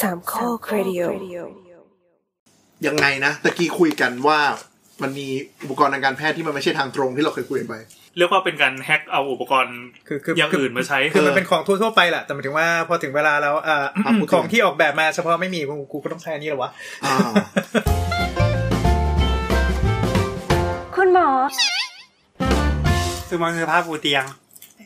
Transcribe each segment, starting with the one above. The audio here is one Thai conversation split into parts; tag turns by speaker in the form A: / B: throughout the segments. A: สามข้อครดิโอ
B: ยังไงนะตะกี้คุยกันว่ามันมีอุปกรณ์ทางการแพทย์ที่มันไม่ใช่ทางตรงที่เราเคยคุยกันไป
C: เรียกว่าเป็นการแฮ็กเอาอุปกรณ์
D: คือคือ
C: อ
D: อย่าง
C: อื่นมาใช้
D: คือมันเป็นของทั่วๆไปแหละแต่หมายถึงว่าพอถึงเวลาแล้วเอ่อ
B: ครับพูดถึง
D: ของที่ออกแบบมาเฉพาะไม่มีกูกูก็ต้องใช้อันนี้เหรอวะ
B: อ่า
A: คุณหมอ
E: ซึ่งมันคือผ้าปูเตียง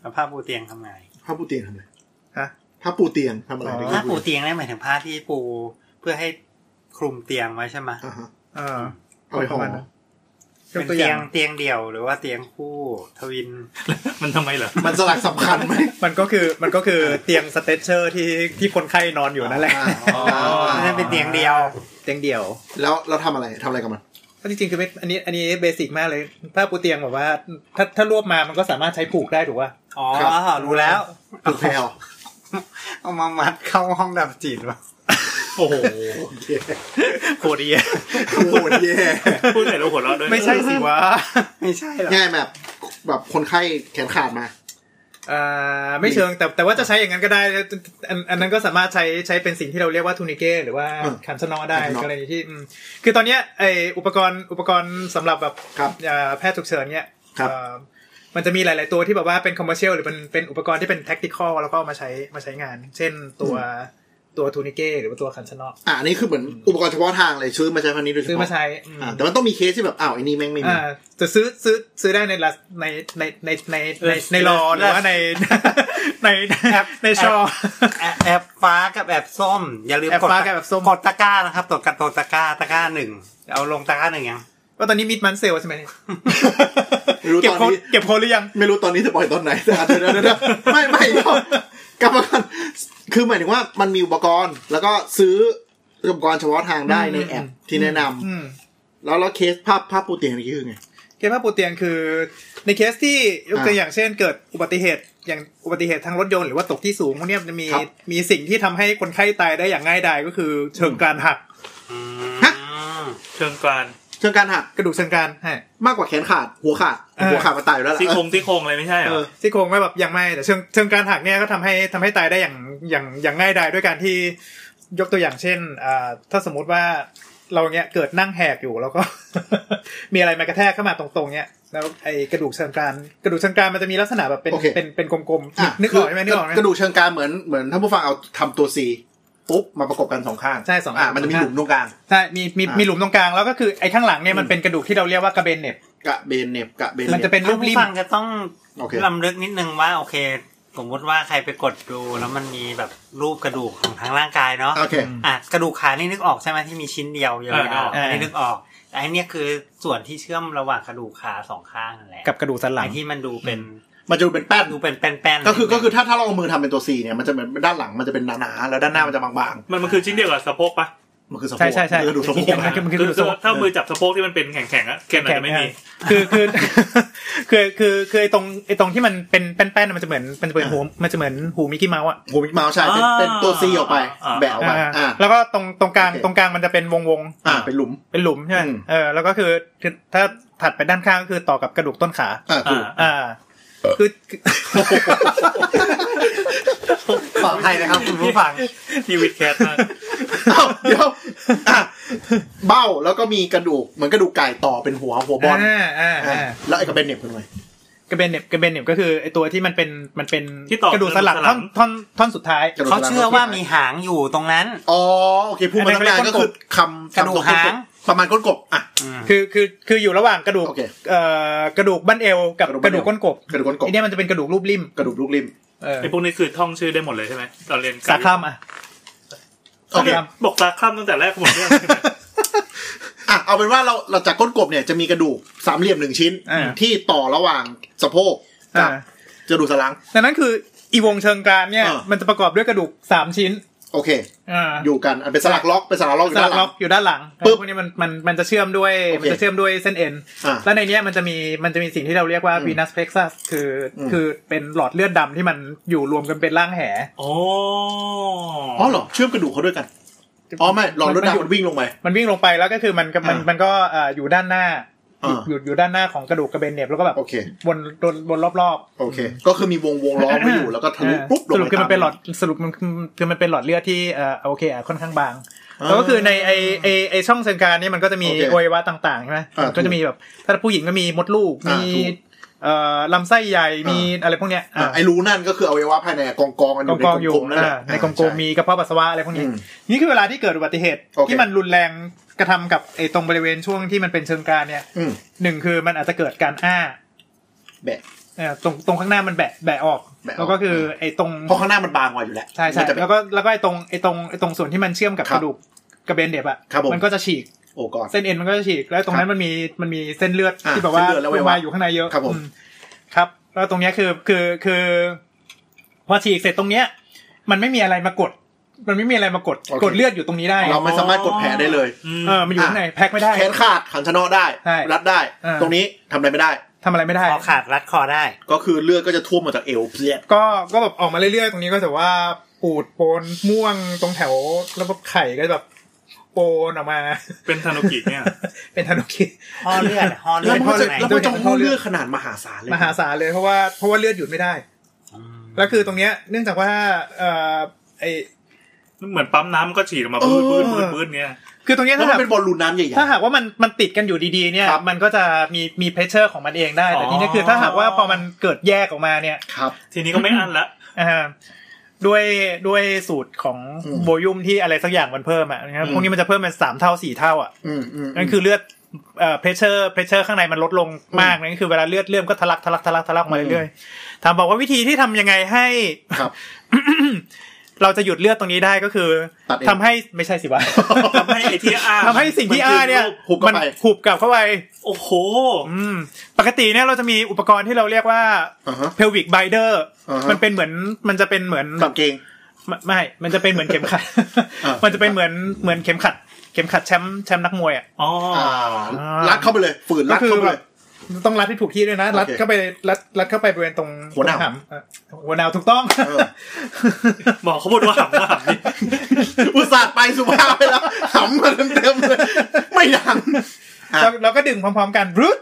E: แล้วผ้าปูเตียงทำไง
B: ผ้าปูเตียงทำอะไร
D: ฮะ
B: ผ้าปูเตียงทำอะไร
D: อ๋อ
B: ได้
E: ผ้า
B: กี่ปู
E: ปูเตียงเนี่ยหมายถึงผ้าที่ปูเพื่อให้คลุมเตียงไว้ใช่ไหม
B: อ่าฮะ
D: เออ
B: เอาไปห่อ
D: ประมาณนั้น ยก
E: เป็น
D: ตัวอ
E: เตีย
D: ย่าง ง
E: เตียงเดี่ยวหรือว่าเตียงคู่ทวิน
C: มันทำไมเหรอ
B: มันสลักสำคัญไหม
D: มันก็คือมันก็คือเตียงสเตชเชอร์ที่ที่คนไข้นอนอยู่นั่นแหละ
B: อ่า
E: อันนั้นเป็นเตียงเดียว
D: เตียงเดี่ยว
B: แล้วเราทำอะไรทำอะไรกับมัน
D: ก็จริงๆคือไม่อันนี้อันนี้เบสิกมากเลยผ้าปูเตียงแบบว่าถ้าถ้ารวบมามันก็สามารถใช้ผูกได้ถูกป่ะ
E: อ๋อ
B: ครับ
E: รู้แล้ว
B: ผูกแพล
E: เอามามัดเข้าห้องดับจิตวะ
C: โอ้โห
B: โอเค
D: โคดีย
B: โอ้โหแย่
C: พูดใส่แล้วหัวเราะด้วย
D: ไม่ใช่สิวะ
E: ไม่ใช่หรอก
B: ง่ายแบบแบบคนไข้แขนขาดมา
D: อ่าไม่เชิงแต่แต่ว่าจะใช้อย่างนั้นก็ได้อันอันนั้นก็สามารถใช้ใช้เป็นสิ่งที่เราเรียกว่าทูนิเก้หรือว่า
B: อืม
D: ขันชะเนอได้
B: ขันชะเนาะ
D: กรณีที่อืมคือตอนเนี้ยไออุปกรณ์อุปกรณ์สำหรับแบบ
B: ครับ
D: อ่าแพทย์ฉุกเฉินเนี้ย
B: ครับ
D: เอ่อมันจะมีหลาย ๆ ตัวที่แบบว่าเป็นคอมเมอร์เชียลหรือเป็นเป็นอุปกรณ์ที่เป็นแท็กติคอลแล้วก็เอามาใช้มาใช้งาน เช่นตัวตัวทูนิเก้หรือว่าตัวขันชะเนอ
B: อ่าอันนี้คือเหมือนอุปกรณ์เฉพาะทางเลยซื้อมาใช้พันนี้โดยเฉ
D: ซื้อมา
B: พาะ
D: ใช้อืม
B: อ่าแต่มันต้องมีเคสที่แบบอ้าวไอ้นี่แม่งไม่มี
D: อ่าจะซื้อซื้อซื้อได้ในรัฐในในในในในในรอหรือว่าใน ในในในชอ
E: แอบแอบฟ้ากับแอบส้ม อย่าลืม
D: แอบ
E: กด
D: ฟ้ากับแอบส้ม
E: กดตะกร้านะครับกดกดตะกร้าตะกร้าหนึ่งเอาลงตะกร้าหนึ่งยัง
D: ว่าตอนนี้มิดมันเซลใช่ไหม
B: ไม่รู้
D: เก็บ
B: ตอน
D: คน
B: นี้
D: เก็บคนหรือยัง
B: ไม่รู้ตอนนี้จะปล่อยตอนไหนแต่อาจจะเดี๋ยวเดี๋ยวเดี๋ยวไม่ไม่เดี๋ยวกลับมาก่อนคือหมายถึงว่ามันมีอุปกรณ์ แล้วก็ซื้ออุปกรณ์เฉพาะทางได้ในแอปที่แนะนำ
D: อืม
B: แล้วแล้วเคสภาพภาพปูเตียงนี่คือไง
D: เคสผ้าปูเตียงคือ ในเคสที่ยกตัวอย่างเช่น เกิดอุบัติเหตุอย่างอุบัติเหตุทางรถยนต์หรือว่าตกที่สูงพวกเนี้ยมันจะมี
B: ครับ
D: มีสิ่งที่ทำให้คนไข้ตายได้อย่างง่ายดายก็คือเชิงกรานหัก
B: ฮะ
C: เชิงกราน
B: เชิงการหัก
D: กระดูกเชิงกรานใช่
B: มากกว่าแขนขาด หัวขาด
D: เออ
B: หัวขาดมาตายอยู่แล้วล่ะ
C: ซี่โครงซี่โครงอะไรไม่ใช่เหร
B: เออ
C: อ
D: ซี่โครงไม่แบบยังไม่แต่เชิงเชิงการหักเนี่ยก็ทำให้ทำให้ตายได้อย่างอย่างอย่างง่ายดายด้วยการที่ยกตัวอย่างเช่นอ่าถ้าสมมุติว่าเราเนี้ยเกิดนั่งแหกอยู่แล้วก็ มีอะไรมากระแทกเข้ามาตรงๆเนี้ยแล้วไอ้กระดูกเชิงกรานกระดูกเชิงกรานมันจะมีลักษณะแบบเป็น
B: โอเค
D: เป็นเป็นกลม
B: อ่ะ
D: ๆนึกออกไหมนึกออกไหม
B: คืกระดูกเชิงกรานเหมือนเหมือนท่านผู้ฟังเอาทำตัวซีปุ๊บมาประกบกันสองข้าง
D: ใช่สองข้าง
B: อ่ะมันจะมีหลุมตรงกลาง
D: ใช่มีมี
B: อ่ะ
D: มีหลุมตรงกลางแล้วก็คือไอ้ข้างหลังเนี่ยมันเป็นกระดูกที่เราเรียกว่ากระเบนเน็บ
B: กะเบนเน็บกะเบน
D: มันจะเป็นรู
E: ท่า
D: ป
E: นผู้
D: ริม
E: ฟังจะต้อง
B: โอเค
E: ลำลึกนิดนึงว่า โอเค สมมติว่าใครไปกดดู แล้วมันมีแบบรูปกระดูกของทั้งร่างกายเนาะ
B: โอเค
E: อ่ะกระดูกขานี่นึกออกใช่ไหมที่มีชิ้นเดียวยาวๆ
D: เออเออ
E: อันนี้นึกออกแต่อันเนี้ยคือส่วนที่เชื่อมระหว่างกระดูกขาสองข้างนั่นแหละ
D: กับกระดูกสันหลั
E: ไอ้
D: ง
E: ที่มันดูเป็น
B: มันจะดูเป็นแป้น
E: ดูเป็นแป้นๆ
B: ก็คือก็คือถ้าถ้าเราเอามือทำเป็นตัวซีเนี่ยมันจะเหมือนด้านหลังมันจะเป็นหนาๆแล้วด้านหน้ามันจะบาง
C: มันมันคือชิ้นเดียวกับสะโพกปะ
B: ๆมันคือสะโพก
D: ใช่ใช่ใช่
B: มันคือกระดูกสะโพก
D: มันคือมันคือกระดูกสะโพก
C: ถ้ามือจับสะโพกที่มันเป็นแข็งๆอะแค่นั้นจะไม่มี
D: คือคือ คือคือคือไอ้ตรงไอ้ตรงที่มันเป็นแป้นๆน่ะมันจะเหมือนมันจะเหมือนหูมันจะเหมือนหูมิกกี้เมาส์อะ
B: โหมิกเมาส์ใช่เป็นเป็นตัวซีออกไป
C: อ่า
B: แบะออกไป
D: อ่า
B: อ่า
D: แล้วก็ตรงตรงกลาง
B: โอเค
D: ตรงกลางมันจะเป็นวงวง
B: อ่าเป็นหลุม
D: ๆเป็นหลุมใช่ไหม
B: อืม
D: เออแล้วก็คือคือถ้าถัดไปด้านข้างก็คือต่อกับกระดูกต้นขา
B: อ่าถูก
D: อ่า คือคือ
E: ปลอดภัยนะครับคุณผู้ฟัง
C: ชีวิตแคทมาก
B: เอ้าเดี๋ยวอ่ะเบ้าแล้วก็มีกระดูกเหมือนกระดูกไก่ต่อเป็นหัวหัวบอล
D: อ่าอ่า
B: อ่า
D: อ่า
B: แล้วไอ้กระเบนเน็บเป็นไง
D: กระเบนเน็บกระเบนเน็บก็คือไอตัวที่มันเป็นมันเป็น
C: ที่ต่อก
D: ระดูกสันหลัง
C: กระดูกสั
D: ท่อน
C: ห
D: น
C: ลัง
D: ท่อนท่อนสุดท้าย
B: กระดูก
E: เขาเชื่อว่ามีหางอยู่ตรงนั้น
B: อ๋อโอเคพูดมาตั้งนานก็คือคำ
E: กระดูกหาง
B: ประมาณก้นกบอ่ะ
E: อืม
D: คือคือคืออยู่ระหว่างกระดูก
B: โอเค
D: เอ่อกระดูกบั้นเอวกับ
B: ก
D: ก
B: ระ
D: ระ
B: ดู
D: ดู
B: ก
D: ก
B: บั้
D: ก้
B: น
D: น
B: เอว
D: กบ
B: กระดูกก้นกบ
D: ไอเนี่ยมันจะเป็นกระดูกรูปริม
B: กระดูกลูกริม
D: เออ
C: ไอ้พวกนี้คือท่องชื่อได้หมดเลยใช่ไหมตอนเรียน
D: สาคล่ำอ่ะ
B: โอเค
D: ครับ
C: บอกตาคล่ำตั้งแต่แรกหมดเรื่อง
B: อ่ะเอาเป็นว่าเราเราจากก้นกบเนี่ยจะมีกระดูกสามเหลี่ยมหนึ่งชิ้น
D: อ่า
B: ที่ต่อระหว่างสะโพกกับ
D: อ่าก
B: ระดูกสันหลัง
D: ดังนั้นคืออีวงเชิงกรานเนี่ย
B: อ่ามั
D: มันจะประกอบด้วยกระดูกสามชิ้น
B: โอเค
D: อ่า
B: อยู่กันอันเป็นสลักล็อกเป็นสลักล็อกอ
D: ส
B: ยู่
D: ลั
B: ด้าน
D: ก
B: หลั
D: ล็
B: ง
D: อกอยู่ด้านหลัง
B: ปึ๊บ
D: พวกนี้มันมันมันจะเชื่อมด้วย
B: โอเค
D: มันจะเชื่อมด้วยเส้นเอ็น
B: อ่า
D: แล้วในเนี้ยมันจะมีมันจะมีสิ่งที่เราเรียกว่า
B: อืม
D: วีนัสเพล็กซัสคืออ
B: ม
D: คือเป็นหลอดเลือดดำที่มันอยู่รวมกันเป็นร่างแห
C: โอ้
B: อ๋อเหรอเชื่อมกระดูกเขาด้วยกันอ๋อไม่หลอดรถ
D: มันอ
B: ดำ
D: ยู่
B: มันวิ่งลงไป
D: มันวิ่งลงไปแล้วก็คือมันก็มัน
B: อ่ามั
D: มันก็เอ่ออยู่ด้านหน้า
B: อ่า
D: อยู่อยู่ด้านหน้าของกระดูกกระเบนเหน็บแล้วก็แบบ
B: โอเค
D: วนวนวนรอบๆ
B: โอเค ก็คือมีวงวงล้อมไว้อยู่แล้วก็ทะลุปุ๊บลง
D: สรุป
B: ไป
D: คือมันเป็นหลอด
B: ตา
D: สรุปมันคือมันเป็นหลอดเลือดที่เอ่อโอเคอ่ะค่อนข้างบาง
B: อ่า
D: แล้วก็คือในไอไอไอช่องเซนการนี่มันก็จะมี
B: โอเค
D: อวัยวะต่างๆใช่ไหม
B: อ่า
D: ก็จะมีแบบถ้าผู้หญิงก็มีมดลูก
B: อ่า
D: มี
B: ถูก
D: เอ่อลำไส้ใหญ่
B: อ่ามี
D: มีอะไรพวกเนี้ย
B: อ่าไอ้รูนั่นก็คืออวัยวะภายในกองกองๆกันอก
D: อ
B: ใน
D: ยู่ งกองอยู่
B: กลมๆนั่นแหละ
D: อ่าในกล
B: อ่าม ช่
D: ๆมีกระเพาะปัสสาวะอะไรพวกนี้
B: อืม
D: นี่คือเวลาที่เกิดอุบัติเหตุ
B: โอเค
D: ที่มันรุนแรงกระทำกับไอตรงบริเวณช่วงที่มันเป็นเชิงกรานเนี่ย
B: อืม
D: หนึ่งคือมันอาจจะเกิดการอ้า
B: แบะ
D: เอ่อตรงตรงข้างหน้ามันแบะแบะออก
B: แบะออก
D: แล้วก็คือไอตรง
B: เพราะข้างหน้ามันบางกว่าอยู่แล้ว
D: ใช่ใช่
B: มันจะเป็น
D: แล้วก็แล้วก็ไอ้ตรงไอ้ตรงไอ้ตรงส่วนที่มันเชื่อมกับ
B: ค
D: ก
B: รับ
D: ระดูกกระเบนเด็บอ่ะ
B: ครับผม
D: มันก็จะฉีก
B: โอ้ก่อน
D: เส้นเอ็นมันก็จะฉีกแล้วตรงนั้นมันมีมันมีเส้นเลือด
B: อ่ะ
D: ที่แบบว่า
B: เส้นเลือดและอวัยวะ
D: ลงมาอยู่ข้างในเยอะ
B: ครับผม
D: อืครับ แล้วตรงเนี้ยคือคือคือ พอฉีกเสร็จตรงเนี้ย มันไม่มีอะไรมากด มันไม่มีอะไรมากดกดเลือดอยู่ตรงนี้ได้
B: เราไม่สามารถกดแผลได้เลย
D: เออมันอยู่ข้างในแพ็คไม่ได้
B: แขนขาดขันชะเนาะได้
D: ใช่
B: รัดได้
D: เออ
B: ตรงนี้ทำอะไรไม่ได้
D: ทำอะไรไม่ได้
E: คอขาดรัดคอได้
B: ก็คือเลือดก็จะท่วมมาจากเอวเพี้ยน
D: ก็ก็แบบออกมาเรื่อยๆ ตรงนี้ก็จะว่าปูดโปนม่วงตรงแถวแล้วก็ไข่ก็แบบโปนออกมา
C: เป็นทานุกิเนี่ย
D: เป็นธนุกิ
E: ห่อเลือดห่อเลื
B: แล้
E: อ
B: ว
E: ด
B: มัน
E: ข้า
B: ก็จะแล้ว
E: งใน
B: มันจะห้องเลือดขนาดมหาศาลเลย
D: มหาศาลเลยเพราะว่าเพราะว่าเลือดหยุดไม่ได้ แล้วคือตรงเนี้ยเนื่องจากว่าเอ่อไอ
C: เหมือนปั๊มน้ำก็ฉีดออกมาปื้ดปื้ดปื้ดปื้ดเนี่ย
D: คือตรงเนี้ย
B: แล้วมั
D: ถ้า
B: น
D: หาก
B: เป็นบอลลูนน้ำใหญ่
D: ถ้าหากว่ามันมันติดกันอยู่ดีๆเนี่ย
B: ครับ
D: มันก็จะมีมีเพรสเชอร์ของมันเองได้ แต่
C: อ๋อ
D: ทีเนี้ยคือถ้าหากว่าพอมันเกิดแยกออกมาเนี่ย
B: ๆครับ
C: ทีนี้ก็ไม่อั้นละ
D: อ่าด้วยด้วยสูตรของ
B: อืม
D: โวลยูมที่อะไรสักอย่างมันเพิ่มอ่ะนะครับ
B: อืม
D: พวกนี้มันจะเพิ่มเป็นสามเท่าสี่เท่าอ่ะ
B: อืมอืม
D: นั่นคือเลือดเอ่อเพรสเชอร์เพรสเชอร์ข้างในมันลดลงมากนั่นคือเวลาเลือดเลื่อมก็ทะลักทะลักทะลักทะลักออกมาเรื่อยๆถามบอกว่าวิธีที่ทำยังไงให้
B: ครับ
D: เราจะหยุดเลือดตรงนี้ได้ก็คือ
B: ตัดเอง
D: ทำให้ไม่ใช่สิ วะ
C: ทำให้ไอ้ที่อ้า
D: ทำให้สิ่งที่อ้าเนี่ย
B: หุบเข้า
D: มัน
B: ไป
D: หุบกลับเข้าไป
C: โอ้โห
D: อืมปกติเนี่ยเราจะมีอุปกรณ์ที่เราเรียกว่า
B: อ่าฮะ
D: pelvic binder
B: อ่าฮะ
D: มันเป็นเหมือนมันจะเป็นเหมือน
B: ตับเกง
D: ไม่ไม่ มันจะเป็นเหมือนเข็มขัด
B: อ่ามั
D: มันจะเป็นเหมือนเหมือนเข็มขัด เข็มขัดแชมป์แชมป์นักมวยอ่ะ
C: อ๋อ
B: อ่า
D: อ่ารั
B: รัดเข้าไปเลย ฝืน
D: ก็
B: รัด
D: คือ
B: เข้าไป
D: แบ
B: เล
D: บ
B: ย
D: ต้องรัดให้ถูกที่ด้วยนะ
B: โอเค
D: รัดเข้าไปรัดรัดเข้าไปบริเวณตรง
B: หัวหนาว
D: ตรงเอ่อหัวหนาวถูกต้อง
B: เออ
C: บอกเขาพูดว่าหำว่าหำนี่
B: อุตส่าห์ไปสุภาพไปแล้วหำมาเต็มๆเลย ไม่ดังอ่ะ
D: เราเราก็ดึงพร้อมๆกันรึด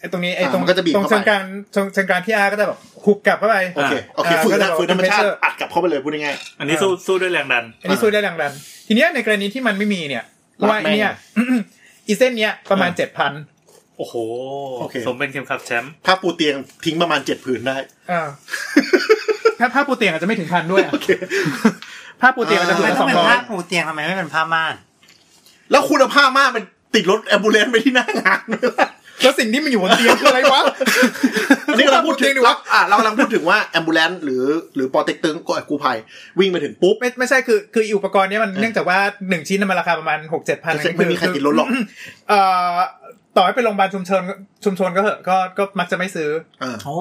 D: ไอ้ตรงนี้ไอ้
B: อ่ะ
D: ตรง
B: มันก็จะบีบ
D: ตรง
B: เข้าไป
D: เชิงกลางเชิงเชิงกลางที่อาก็จะแบบหุบกลับเข้าไป
B: โอเค โอเค
D: า
B: ฝืน
D: ก็จะ
B: นะฝืนธรรมชาติ
D: เป็น pressure
B: อัดกลับเข้าไปเลยพูดง่าย
C: อันนี้สู้สู้ด้วยแรงดัน
D: อันนี้สู้ได้แรงดัน ทีเนี้ยในกรณีที่มันไม่มีเนี่ย
B: รัด
D: ว่าไอ้เนี่ย อีเส้นเนี้ยประมาณ
B: อ่ะ
D: เจ็ดพัน
C: โอ้โห
B: โอเค
C: สมเป็นเข็มขัดแชมป์
B: ๆผ้าปูเตียงทิ้งประมาณเจ็ดผืนได้
D: ถ้าผ้าปูเตียงอาจจะไม่ถึงพันด้วยอะผ้าปูเตียงอาจจะถึ
E: ทำไม
D: ง
E: ต้
D: ส
E: อ
D: อง
E: งเป็น
D: ร้อ
E: ผ้าย ปูเตียงทำไมไม่เป็นผ้าม่าน
B: แล้วคุณภาพมากมันติดรถแอมบูเลนไปที่หน้างานเลยล่ะ
D: แล้วสิ่งที่มันอยู่บนเตียงคืออะไรวะ
B: อันนี้กำลังพูดถึงว่าอ่ะเรากำลังพูดถึงว่าแอมบูเลนหรือหรือปอเต็กตึงก็กู้ภัยวิ่งไปถึงปุ๊บ
D: ไม่ไม่ใช่คือคืออุปกรณ์เนี้ยมันเนื่องจากว่าหนึ่งชิ้นน่ะมันราคาประมาณหกเจ็ดพัน
B: จะไม่มีใครติดรถหรอก
D: เอ่อต่อให้เป็นโรงพยาบาลชุมชนชุมชนก็เหอะก็ก็มักจะไม่ซื้อ
B: อ่า
E: โอ้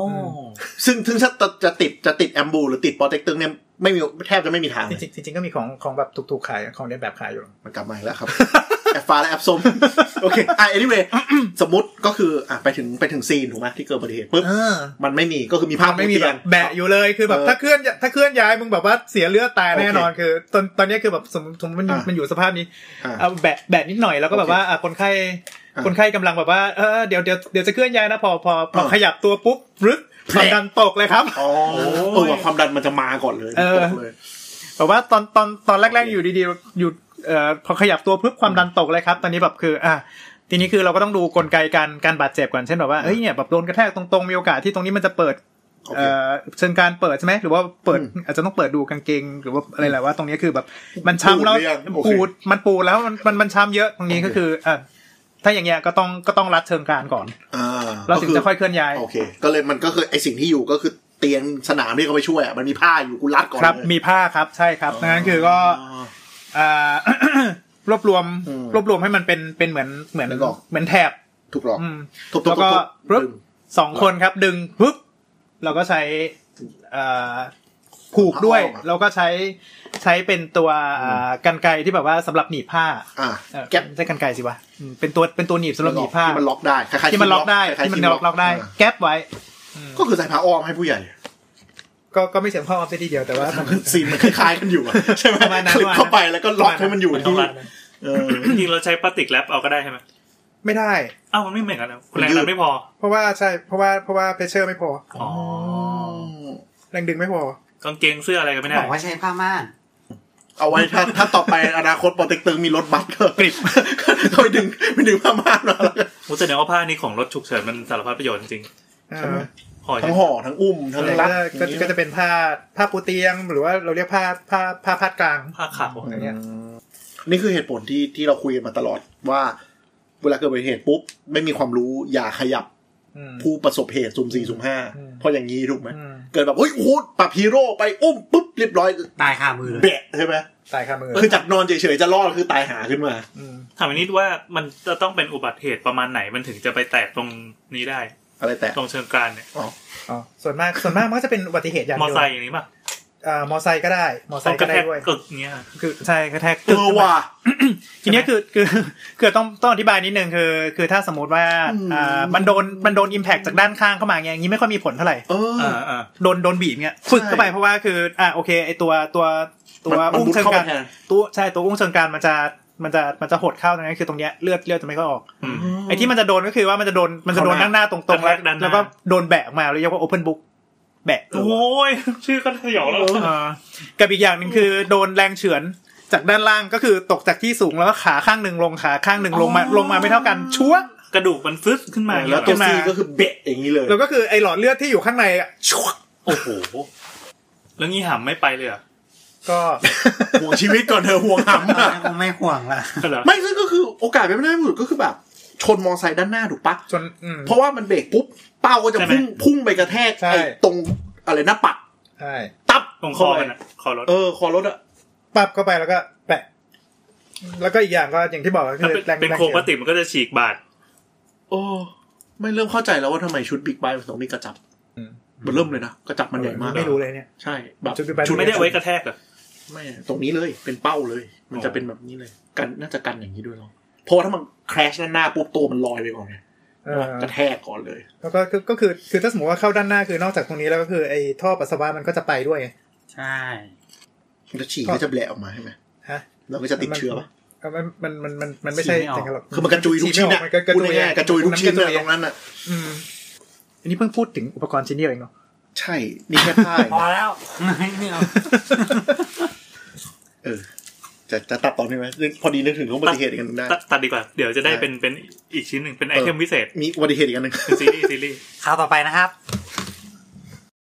B: ซึ่งถึงจะจะจะติดจะติดแอมบูหรือติดปอเต็กตึงเนี่ยไม่มีแทบจะไม่มีทาง
D: จ
B: เลย
D: ริงๆจริงๆก็มีของของแบบถูกๆขายของเลียนแบบขายอยู่
B: มันกลับมาอีกแล้วครับ แอปฟ้าและแอปส้มโอเคอ่ะ anyway สมมติก็คืออ่ะไปถึงไปถึงซีนถูกไหมที่เกิดอุบัติเหตุปุ๊บ
D: เออ
B: มันไม่มีก็คือมีภาพ
D: ไม่มี
B: บนเตี
D: แบ
B: ย
D: บ
B: ง
D: แบะอยู่เลยคือแบบ
B: เออ
D: ถ้าเคลื่อนถ้าเคลื่อนย้ายมึงแบบว่าเสียเลือดตายแน่นอนคือ ตอนตอนเนี้ยคือแบบสมมติสมมติมัน
B: อ่ะ
D: มันอยู่สภาพนี้
B: อ่ะ
D: เอาแบะแบะนิดหน่อยแล้วก็แบบ
B: โอเค
D: ว่าอ่ะคนไข้
B: อ่ะ
D: คนไข้กำลังแบบว่าเออเดี๋ยวเดี๋ยวเดี๋ยวจะเคลื่อนย้ายนะพอพอพอ
B: เออ
D: ขยับตัวปุ๊บรึด
B: แผ
D: ค
B: ล
D: วามดันตกเลยครับ
B: อ๋อเออว่าความดันมันจะมาก่อนเลย
D: เออ
B: ตกเลย
D: แบบว่าตอนตอนตอนแรก
B: โอ
D: ๆ
B: เค
D: อยู่ดีๆอยู่เอ่อพอขยับตัวปุ๊บความดันตกเลยครับ ตอนนี้แบบคืออ่ะทีนี้คือเราก็ต้องดูกลไกการการบาดเจ็บก่อนเช่นแบบว่าเอ้ยเนี่ยแบบโดนกระแทกตรงๆมีโอกาสที่ตรงนี้มันจะเปิด
B: โอเค
D: เอ่อเชิงการเปิดใช่ไหมหรือว่าเปิด
B: อืม
D: อาจจะต้องเปิดดูกางเกง หรือว่าอะไรแหละว่าตรงนี้คือแบบ มันช้ำแล้ว
B: ปูดหรือยังโอเค
D: ปูดมันปูดแล้วมันมันมันช้ำเยอะตรงนี้
B: โอเค
D: ก็คืออ่ะถ้าอย่างเงี้ยก็ต้องก็ต้องรัดเชิงการก่อน
B: อ่า
D: เราถึง
B: ก็
D: จะ
B: อ
D: ค่อยเคลื่อนย้าย
B: โอเค ก็เลยมันก็คือไอสิ่งที่อยู่ก็คือเตียงสนามที่เขาไปช่วยอะมันมีผ้าอยู่กูรัดก่อน
D: ครับ
B: เลย
D: มีผ้าครับใช่ครับดังนั้นคือก็
B: อ๋อ
D: อ่า รวบรวม
B: อืม
D: รวบรวมให้มันเป็นเป็นเหมือนเหมือน
B: นึกออก
D: เหมือนแถบ
B: ถูกหลอก
D: อืม
B: ทุบๆๆๆ
D: แล้วก็
B: ดึ
D: ปึ๊บ
B: ง
D: สองคนครับดึงปึ๊บเราก็ใช้อ่า ผูกด้วยแล้วก็ใช้ใช้เป็นตัวอ่ากันไกรที่แบบว่าสำหรับหนีบผ้า
B: อ่า
D: เออ
B: แก๊ป
D: ไม่ใช่กันไกรสิวะอืมเป็นตัวเป็นตัวหนีบสำหรับหนีบผ้า
B: ที่มันล็อกได้คล้ายๆ
D: ที่มันล็อกได้
B: คล้าย
D: ที่
B: ๆ
D: มันล็อกล็อกได้
B: า
D: แก๊ปไว้
B: ก็คือใส่ผ้าอ้อมให้ผู้ใหญ่
D: ก็ก็ไม่เสียงข้อออฟซะทีเดียวแต่ว่า
B: ซีนมันคล้ายๆกัน อยู่อะใช่ไหม
D: ประมาณนั้น
B: คลิปเข้าไปแล้วก็ล็อก
D: ประมาณนั้น
B: ให้มันอยู่
C: มันต้อ
B: ที่
C: งรัดนะ
B: เออ
C: จริงๆเราใช้พลาสติกแรปเอาก็ได้ใช่ไหม
D: ไม่ได้
C: อ้าวมันไม่เหมือนกันนะแรงดันไม่พอ
D: เพราะว่าใช่เพราะว่าเพราะว่าเพชเชอร์ไม่พอ
C: อ๋อ
D: แรงดึงไม่พอ
C: กางเกงเสื้ออะไรกันไม่ได้
E: บอกว่าใช้ผ้าม่าน
B: เอาไว้ถ้าถ้าต่อไปอนาคตปอเต็กตึงมีรถบัสก็
C: กริบ
B: ก็ไปดึงไปดึงผ้าม่านมาแล้วกัน
C: มูแสดงว่าผ้านี้ของรถฉุกเฉินมันสารพัดประโยชน์จริง
D: เออ
C: ๆห่อ
B: ทั้งห่อทั้งอุ้มทั้ง
D: อะไร
B: รัด
D: ก็ก็ก็จะเป็นผ้าผ้าปูเตียง หรือว่าเราเรียกผ้าผ้าผ้าพัดกลาง
C: ผ้าขาว
D: อะไรเงี้ย
B: นี่คือเหตุผลที่ที่เราคุยกันมาตลอดว่า เวลาเกิดอุบัติเหตุปุ๊บ ไม่มีความรู้อย่าขยับ
D: อืม
B: ผู้ประสบเหตุสุ่มสี่สุ่มห้า
D: อืม
B: เพราะอย่างนี้ถูกไหม
D: อืม
B: เกิดแบบเฮ้ยโอ้โหปรับฮีโร่ไปอุ้มปุ๊บเรียบร้อย
E: ตายคามือเลย
B: เบะใช่ไหม
D: ตายคามือ
B: คือจากนอนเฉยๆจะรอดคือตายหาขึ้นมา
D: ม
C: ถามอันนิดว่ามันจะต้องเป็นอุบัติเหตุประมาณไหนมันถึงจะไปแตกตรงนี้ได้
B: อะไรแต่
C: ตรงเชิงกรานเนี่ย
D: อ๋อส่วนมากส่วนมากมันก็จะเป็นอุบัติเหตุอย่าง
C: มอ
D: เดีว
C: ไซค์อย่างนี้ป่ะ
D: อ่ามอไซค์ก็ได้ มอไซ
C: ต้อง
D: ค์
C: ก
D: ก็
C: ระแท
D: ได้
C: ก
D: ด้วย
C: กึกเนี้ย
D: คือใช่กระแทก
B: เออว่ะ
D: ทีเนี้ยคือคือคือต้องต้องอธิบายนิดนึงคือ คือถ้าสมมติว่า
B: อืม
D: อ่ามันโดนมันโดนอิมแพกจากด้านข้างเข้ามาเงี้ยอย่างงี้ไม่ค่อยมีผลเท่าไหร่
B: เออ
C: อ่าอ่า
D: โดนโดนบีบเงี้ยฝึกเข้าไปเพราะว่าคืออ่ะโอเคไอตัวตัวตัว
B: มันมัน
D: อุ้งเชิงกราน
B: บุกเข้าไปแทน
D: ตัวใช่ตัวอุ้งเชิงกรานมันจะมันจะมันจะหดเข้าตรงนั้นคือตรงเนี้ยเลือดเลือดจะไม่ค่อยออก
C: อืม
D: ไอที่มันจะโดนก็คือว่ามันจะโดนมันจะโดนด้านหน้าตรงๆแล้ว
C: กระแทกด้านหน้า
D: แล้วก็โดนแบะออกมาเรียกว่าโอเพนบุ๊กแบะ
C: โอ้ยชื่อก็สยองแล้ว
D: เออกับอีกอย่างหนึ่งคือโดนแรงเฉือนจากด้านล่างก็คือตกจากที่สูงแล้วก็ขาข้างหนึ่งลงขาข้างหนึ่งลงมาลงมาไม่เท่ากันชั่ว
C: กระดูกมันฟึดขึ้นมา
B: แล้ว
C: อย่าง
B: ตัวย
C: เงี้
B: ซีก็คือเบะอย่างนี้เลย
D: แล้วก็คือไอหลอดเลือดที่อยู่ข้างในอะชั่ว
C: โอ้โหแล้วงี้หำไม่ไปเลยเหรอ
D: ก็
B: ห่วงชีวิตก่อนเธอะห่วงหำอะ
E: คง ไม่ห่วงละ
C: เหรอ
B: ไม่ซึ่งก็คือโอกาสเป็นไม่ได้หมดก็คือแบบ ชนมอไซค์ด้านหน้าถูกปะ
D: จนอืม
B: เพราะว่ามันเบรกปุ๊บ เป้าก็จะพุ่งพุ่งไปกระแทก
D: ใช่
B: ไอ้ตรงอะไรหน้าปัด
D: ใช่
B: ตับ
C: ตรงคอกันอะคอรถ
B: เออ คอรถอะ
D: ปั๊บเข้าไปแล้วก็แปะ แล้วก็อีกอย่างก็อย่างที่บอกก็
C: ถ้า
D: คือ
C: เป็น
D: แรง
C: เป็น
D: แรง
C: โคปติมันก็จะฉีกบาด
B: โอ้ไม่เริ่มเข้าใจแล้วว่าทำไมชุดบิ๊กไบค์มันต้องมีกระจับ มันเริ่มเลยนะ กระจับมันใหญ่มาก
D: ไม่รู้เลยเนี่ย
B: ใช่ แบบ
D: ชุดบิ๊กไบค์
B: ชุด
C: ไม่ได้ไว้กระแทกเหรอ
B: ไม่ตรงนี้เลยเป็นเป้าเลย มัน
C: อ๋อ
B: จะเป็นแบบนี้เลย กันน่าจะกันอย่างนี้ด้วยเนาะเพราะว่าถ้ามันแครชด้านหน้าปุ๊บตัวมันลอยไปก่อนไง
D: เออก
B: ระแทกก่อนเลย
D: แล้วก็คือก็คือคือถ้าสมมติว่าเข้าด้านหน้าคือนอกจากตรงนี้แล้วก็คือไอ้ท่อปัสสาวะมันก็จะไปด้วยไง
E: ใช่
B: แล้วฉี่ก็จะแบะออกมาใช่ไหม
D: ฮะ
B: เราก็จะติดเชื้อปะ
D: เอามันมันมันมันมันไม่ใช่อย่างนั้นหรอก
B: คือมันกระจุยทุกชิ้น
D: ฉี่
B: อะ
D: ไม่ออมันก็กระ
B: พูด
D: จุย
B: ง่ายๆกระจุยทุกชิ้นอะ
D: ำระจุย
B: ตรงนั้นอะ
D: อืมอันนี้เพิ่งพูดถึงอุปกรณ์ชิ้นเดียวเองเนาะ
B: ใช่ นี่แค่ผ้า
E: พอแล้ว ไม่เอา
B: เออ จะจะตัดตอนนี้ไหมนึกพอดีนึกถึงเรื่องอุบัติเหตุอีกอันหนึงได้
C: ตัดตัดดีกว่า เดี๋ยวจะได้
B: ได้
C: เป็นเป็นอีกชิ้นหนึ่งเป็นไอเทม
B: เออ
C: วิเศษ
B: มีอุบัติเหตุอีกอันหนึ่ง
C: เป็นซีรีส์ซีรีส์
E: ข่าวต่อไปนะครับ